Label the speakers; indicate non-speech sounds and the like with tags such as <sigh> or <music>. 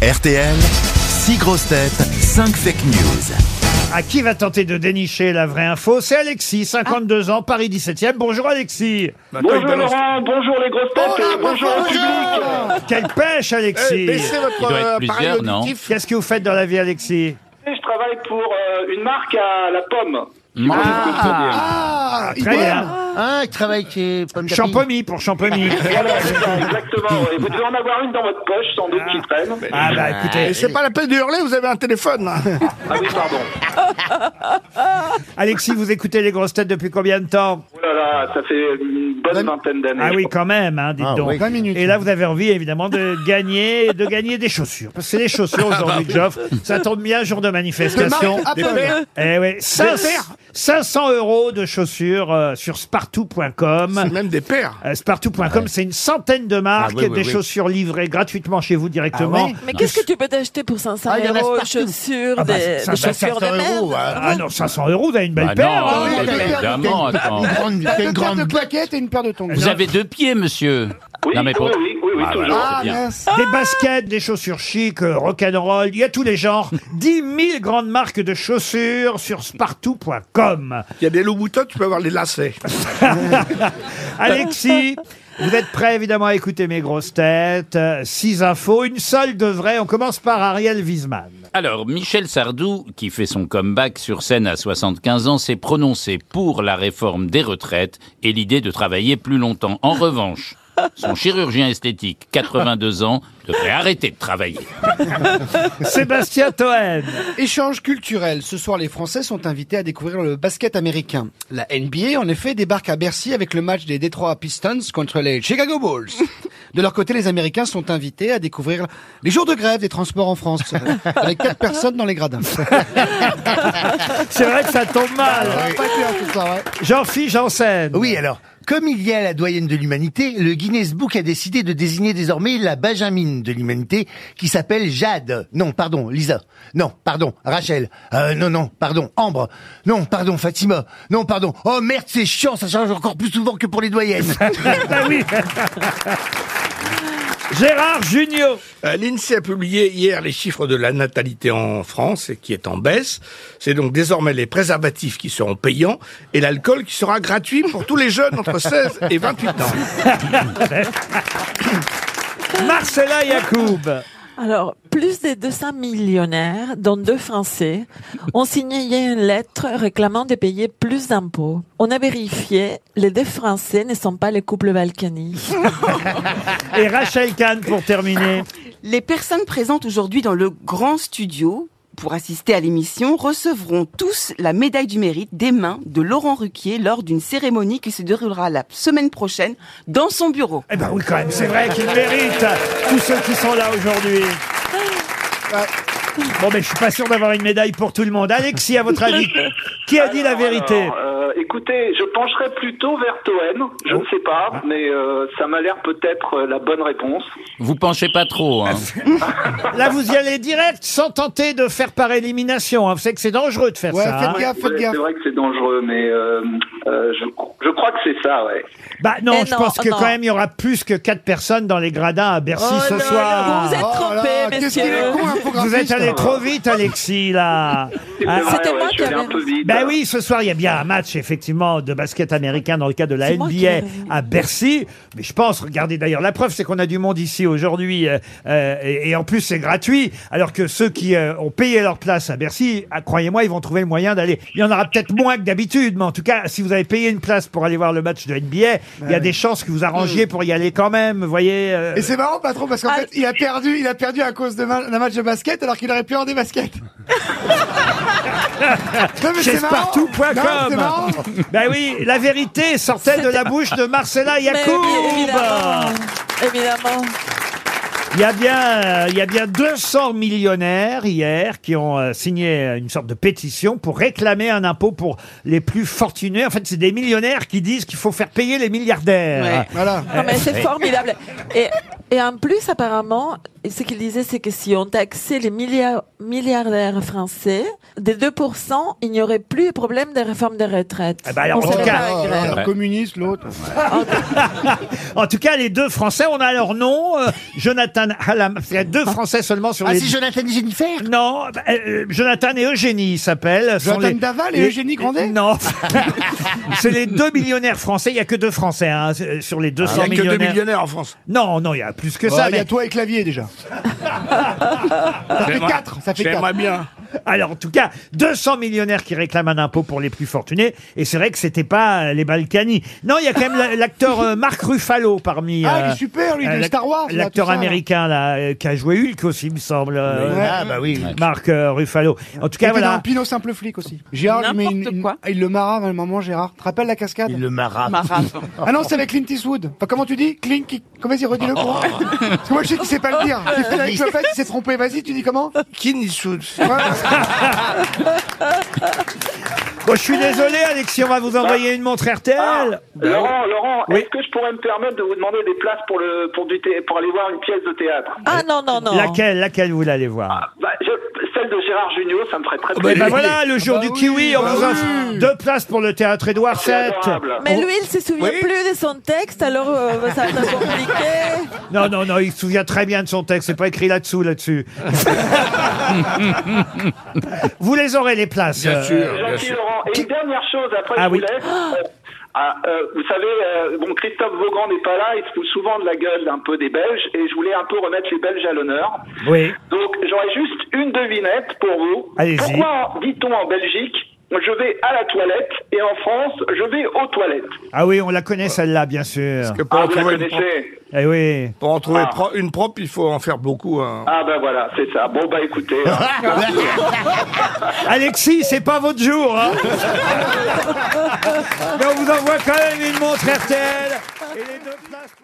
Speaker 1: RTL, 6 grosses têtes, 5 fake news.
Speaker 2: À qui va tenter de dénicher la vraie info C'est Alexis, 52 ans, Paris 17e. Bonjour Alexis.
Speaker 3: Bah,
Speaker 4: Bonjour Laurent, bonjour les grosses têtes, et bonjour au public.
Speaker 2: Quelle
Speaker 3: bah.
Speaker 2: pêche Alexis
Speaker 3: Baissez
Speaker 5: Il
Speaker 3: Eh, votre
Speaker 5: doit être
Speaker 3: euh,
Speaker 5: plusieurs,
Speaker 3: appareil
Speaker 5: non
Speaker 3: auditif.
Speaker 2: Qu'est-ce que vous faites dans la vie Alexis
Speaker 4: Je travaille pour euh, une marque à la pomme.
Speaker 3: Ah,
Speaker 2: Très
Speaker 3: idéal.
Speaker 2: bien.
Speaker 3: Ah, il travaille chez
Speaker 6: Euh,
Speaker 3: Pomme d'Api.
Speaker 2: Champomy pour
Speaker 3: <laughs>
Speaker 2: Champomy.
Speaker 4: Voilà, c'est ça, exactement. Et vous devez en avoir une dans votre poche, sans doute, qui traîne.
Speaker 2: Ah bah
Speaker 3: Et
Speaker 2: écoutez,
Speaker 3: c'est pas la peine de hurler, vous avez un téléphone.
Speaker 4: Ah oui, pardon.
Speaker 2: Alexis, vous écoutez les grosses têtes depuis combien de temps
Speaker 4: Oh là là, ça fait une bonne vingtaine d'années.
Speaker 2: Ah
Speaker 4: je
Speaker 2: oui,
Speaker 4: crois.
Speaker 2: quand même, hein, dites donc.
Speaker 3: Ah, oui. 20 minutes.
Speaker 2: Et là, vous avez envie, évidemment, de gagner, de gagner des chaussures. Parce que c'est les chaussures
Speaker 3: Ah,
Speaker 2: aujourd'hui que j'offre. Ça tombe bien, jour de manifestation.
Speaker 3: Apple.
Speaker 2: Eh ouais, 500, 500 euros de chaussures euh, sur spartou.com.
Speaker 3: Même des pères.
Speaker 2: Euh, Spartoo.com, c'est une centaine de marques,
Speaker 5: Ah oui, oui,
Speaker 2: des
Speaker 5: oui.
Speaker 2: chaussures livrées gratuitement chez vous directement.
Speaker 3: Ah oui
Speaker 7: Mais qu'est-ce que tu peux t'acheter pour 500
Speaker 3: Ah, il y en a
Speaker 7: euros
Speaker 3: partout.
Speaker 7: chaussures,
Speaker 2: bah,
Speaker 7: des,
Speaker 2: ça,
Speaker 7: des
Speaker 2: ça,
Speaker 7: chaussures de
Speaker 3: 500
Speaker 7: merde
Speaker 3: euros, hein.
Speaker 2: Ah non, 500 euros, vous avez une belle
Speaker 5: Bah
Speaker 2: paire.
Speaker 5: non,
Speaker 2: hein.
Speaker 5: oui, évidemment, attends.
Speaker 3: une grande claquette et une paire de tongs.
Speaker 5: Vous avez deux pieds, monsieur.
Speaker 4: Oui,
Speaker 5: non, mais pour...
Speaker 4: oui, oui, oui, oui,
Speaker 5: Ah,
Speaker 4: toujours.
Speaker 5: voilà,
Speaker 3: Ah,
Speaker 5: c'est bien.
Speaker 3: mince.
Speaker 2: Des baskets, des chaussures chic, euh, rock'n'roll, il y a tous les genres.
Speaker 5: <laughs>
Speaker 2: 10 000 grandes marques de chaussures sur spartou.com.
Speaker 3: Il y a des loups boutons, tu peux avoir les lacets.
Speaker 5: <laughs>
Speaker 2: Alexis, vous êtes prêt évidemment à écouter mes grosses têtes. Euh, Six infos, une seule de vraie. On commence par Ariel Wiesman.
Speaker 5: <laughs> Alors, Michel Sardou, qui fait son comeback sur scène à 75 ans, s'est prononcé pour la réforme des retraites et l'idée de travailler plus longtemps. En revanche, son chirurgien esthétique, 82 ans, devrait arrêter de travailler.
Speaker 2: Sébastien Toen.
Speaker 6: Échange culturel. Ce soir, les Français sont invités à découvrir le basket américain. La NBA, en effet, débarque à Bercy avec le match des Detroit Pistons contre les Chicago Bulls.
Speaker 8: <laughs>
Speaker 6: De leur côté, les Américains sont invités à découvrir les jours de grève des transports en
Speaker 8: <laughs>
Speaker 6: France, avec quatre personnes dans les gradins.
Speaker 2: C'est vrai que ça tombe mal.
Speaker 6: Pas clair, tout ça, ouais.
Speaker 2: Jean-Philippe Janssen.
Speaker 9: Ah Oui, alors, comme il y a la doyenne de l'humanité, le Guinness Book a décidé de désigner désormais la Benjamin de l'humanité, qui s'appelle Jade. Non, pardon, Lisa. Non, pardon, Rachel. Euh, non, non, pardon, Ambre. Non, pardon, Fatima. Non, pardon. Oh merde, c'est chiant, ça change encore plus souvent que pour les doyennes.
Speaker 2: Ah oui. Gérard Junior.
Speaker 3: Euh, L'INSEE a publié hier les chiffres de la natalité en France, et qui est en baisse. C'est donc désormais les préservatifs qui seront payants et l'alcool qui sera gratuit pour tous les jeunes entre 16 et 28 ans.
Speaker 2: Marcella Yacoub.
Speaker 7: Alors, plus des 200 millionnaires, dont deux Français, ont signé hier une lettre réclamant de payer plus d'impôts. On a vérifié, les deux Français ne sont pas le couple balkanique.
Speaker 2: Et Rachel Kahn pour terminer.
Speaker 8: Les personnes présentes aujourd'hui dans le grand studio pour assister à l'émission recevront tous la médaille du mérite des mains de Laurent Ruquier lors d'une cérémonie qui se déroulera la semaine prochaine dans son bureau.
Speaker 2: Eh ben oui, quand même, c'est vrai qu'ils méritent, tous ceux qui sont là aujourd'hui. Bon, mais je suis pas sûr d'avoir une médaille pour tout le monde. Alexis, à votre avis, qui a dit la vérité
Speaker 4: Alors, euh, écoutez, je pencherai plutôt vers Toen. Je ne sais pas, mais euh, ça m'a l'air peut-être euh, la bonne réponse.
Speaker 5: Vous penchez pas trop, hein.
Speaker 2: Là, vous y allez direct, sans tenter de faire par élimination. hein. Vous savez que c'est dangereux de faire
Speaker 6: Ouais,
Speaker 2: ça. hein.
Speaker 6: faites gaffe,
Speaker 4: Ouais,
Speaker 6: faites
Speaker 4: c'est
Speaker 6: gaffe.
Speaker 4: vrai que c'est dangereux, mais euh, euh, je, je crois que c'est ça, ouais.
Speaker 2: Bah non,
Speaker 7: Mais
Speaker 2: je
Speaker 7: non,
Speaker 2: pense que
Speaker 7: Eh non. Oh
Speaker 2: quand même, il y aura plus que quatre personnes dans les gradins à Bercy ce soir.
Speaker 7: Vous êtes
Speaker 6: <laughs> Oh là,
Speaker 7: trompés,
Speaker 6: qu'est-ce qu'il est
Speaker 7: messieurs.
Speaker 6: con,
Speaker 2: Vous êtes
Speaker 6: infographiste.
Speaker 2: allé trop vite, Alexis, là.
Speaker 4: C'est
Speaker 2: Ah,
Speaker 4: vrai,
Speaker 7: c'était
Speaker 4: ouais,
Speaker 7: moi
Speaker 4: je
Speaker 7: qui
Speaker 4: suis allé
Speaker 7: avais
Speaker 4: un peu vite.
Speaker 2: Ben oui, ce soir, il y a bien un match, effectivement, de basket américain dans le cadre de la
Speaker 7: C'est moi qui
Speaker 2: NBA
Speaker 7: l'avais vu.
Speaker 2: à Bercy. Mais je pense, regardez d'ailleurs, la preuve, c'est qu'on a du monde ici aujourd'hui. euh, euh, et, et en plus, c'est gratuit. Alors que ceux qui euh, ont payé leur place à Bercy, ah, croyez-moi, ils vont trouver le moyen d'aller. Il y en aura peut-être moins que d'habitude, mais en tout cas, si vous avez payé une place pour aller voir le match de NBA, il y a des chances que vous arrangiez pour y aller quand même, vous voyez. euh.
Speaker 6: Et c'est marrant, patron, parce qu'en
Speaker 7: Ah.
Speaker 6: fait, il a perdu, il a perdu à cause de ma- d'un match de basket, alors qu'il aurait pu avoir
Speaker 3: <laughs>
Speaker 6: des baskets. non, mais c'est marrant.
Speaker 2: Chessepartout.com.
Speaker 6: Non, c'est marrant.
Speaker 2: Ben oui, la vérité sortait de la bouche de Marcella
Speaker 7: Mais
Speaker 2: Yacoub.
Speaker 7: oui, évidemment. Évidemment.
Speaker 2: Il y a bien, euh, il y a bien 200 millionnaires hier qui ont euh, signé euh, une sorte de pétition pour réclamer un impôt pour les plus fortunés. En fait, c'est des millionnaires qui disent qu'il faut faire payer les milliardaires. Ah,
Speaker 6: Voilà.
Speaker 7: Non, mais c'est formidable. Et, et en plus, apparemment, ce qu'il disait, c'est que si on taxait les milliard- milliardaires français, des 2%, il n'y aurait plus de problème de réforme des retraites.
Speaker 2: Eh ben alors, en
Speaker 7: On
Speaker 2: tout
Speaker 7: serait
Speaker 2: cas-
Speaker 7: pas en grève.
Speaker 5: Ouais.
Speaker 6: communiste, l'autre.
Speaker 2: En tout cas, les deux Français, on a leur nom. euh, Jonathan Jonathan Hallam. Parce qu'il y a deux Français seulement sur
Speaker 9: Ah,
Speaker 2: les...
Speaker 9: c'est Jonathan et Jennifer
Speaker 2: Non, bah, euh, Jonathan et Eugénie s'appellent. Ce sont
Speaker 6: Jonathan Daval et Eugénie Grandet
Speaker 2: Non. <laughs> c'est les deux millionnaires français. Il n'y a que deux Français hein, c'est- sur les 200
Speaker 3: Ah. Il n'y
Speaker 6: Ah,
Speaker 3: a que
Speaker 2: millionnaires.
Speaker 3: deux millionnaires en France.
Speaker 2: Non, non, il y a plus que
Speaker 6: Il
Speaker 2: ça.
Speaker 6: y a
Speaker 2: mais-
Speaker 6: toi et clavier déjà. ça fait
Speaker 3: J'aimerais-
Speaker 6: 4. Ça fait quatre.
Speaker 3: J'aimerais bien.
Speaker 2: Alors, en tout cas, 200 millionnaires qui réclament un impôt pour les plus fortunés. Et c'est vrai que c'était pas euh, les Balkany. Non, il y a quand même la- l'acteur euh, Marc Ruffalo parmi.
Speaker 6: Ah, il
Speaker 2: euh,
Speaker 6: est super, lui,
Speaker 2: euh,
Speaker 6: de
Speaker 2: l'ac-
Speaker 6: Star Wars. là,
Speaker 2: L'acteur
Speaker 6: tout ça, là.
Speaker 2: américain là, euh, qui a joué Hulk aussi, il me semble. euh,
Speaker 9: Ah, bah oui.
Speaker 2: Marc euh, Ruffalo. En tout
Speaker 6: Il
Speaker 2: cas,
Speaker 6: était dans
Speaker 2: voilà.
Speaker 6: Pino Simple Flic aussi. Gérard, il met une,
Speaker 8: N'importe
Speaker 6: une-
Speaker 8: quoi.
Speaker 6: il le marave à un moment, Gérard. Tu te rappelles la cascade
Speaker 9: Il le marra.
Speaker 8: Marave.
Speaker 6: Ah non, c'est avec Clint Eastwood. Enfin, comment tu dis Clint, qui... comment vas-y, redis-le pour moi. Parce que moi, je sais qu'il sait pas le <laughs> dire. J'ai fait avec le fait, il s'est trompé. Vas-y, tu dis comment
Speaker 3: Clint Eastwood.
Speaker 6: Ouais.
Speaker 2: Bon, je suis désolé, Alexis, on va vous envoyer une montre RTL.
Speaker 4: Laurent, Laurent,
Speaker 2: Ben Oui.
Speaker 4: est-ce que je pourrais me permettre de vous demander des places pour le pour du thé- pour aller voir une pièce de théâtre
Speaker 7: Ah non, non, non.
Speaker 2: Laquelle, laquelle vous voulez aller voir
Speaker 4: bah, je- Celle de Gérard Junior, ça me ferait très
Speaker 3: Oh,
Speaker 2: Eh
Speaker 4: plaisir.
Speaker 2: ben voilà, le jour
Speaker 6: bah
Speaker 2: du
Speaker 6: oui,
Speaker 2: kiwi, on
Speaker 6: bah
Speaker 2: vous offre
Speaker 6: oui.
Speaker 2: deux places pour le théâtre Édouard
Speaker 4: C'est
Speaker 2: VII.
Speaker 4: adorable.
Speaker 7: Mais lui, il se souvient
Speaker 3: Oui.
Speaker 7: plus de son texte, alors euh, ça va être compliqué.
Speaker 2: Non, non, non, il se souvient très bien de son texte. C'est pas écrit là-dessous, là-dessus. vous les aurez, les places.
Speaker 3: Bien
Speaker 2: euh,
Speaker 3: sûr, bien
Speaker 4: Gentil
Speaker 3: sûr.
Speaker 4: Laurent. Et une dernière chose, après
Speaker 2: Ah
Speaker 4: je vous
Speaker 2: oui.
Speaker 4: laisse. Euh, ah, euh, vous savez, euh, bon, Christophe Vaughan n'est pas là, il se fout souvent de la gueule un peu des Belges, et je voulais un peu remettre les Belges à l'honneur.
Speaker 2: Oui.
Speaker 4: Donc j'aurais juste une devinette pour vous.
Speaker 2: Allez-y.
Speaker 4: Pourquoi dit-on en Belgique je vais à la toilette et en France je vais aux toilettes
Speaker 2: Ah oui, on la connaît, celle-là, bien sûr.
Speaker 3: Que pour,
Speaker 4: Ah,
Speaker 3: en
Speaker 4: vous la
Speaker 3: trouver une propre,
Speaker 4: connaissez
Speaker 2: Eh oui.
Speaker 3: pour en trouver
Speaker 4: Ah.
Speaker 3: pro- une propre, il faut en faire beaucoup. hein.
Speaker 4: Ah ben voilà, c'est ça. Bon bah écoutez. hein.
Speaker 2: Alexis, c'est pas votre jour, hein Mais on vous envoie quand même une montre RTL et les deux places. pour-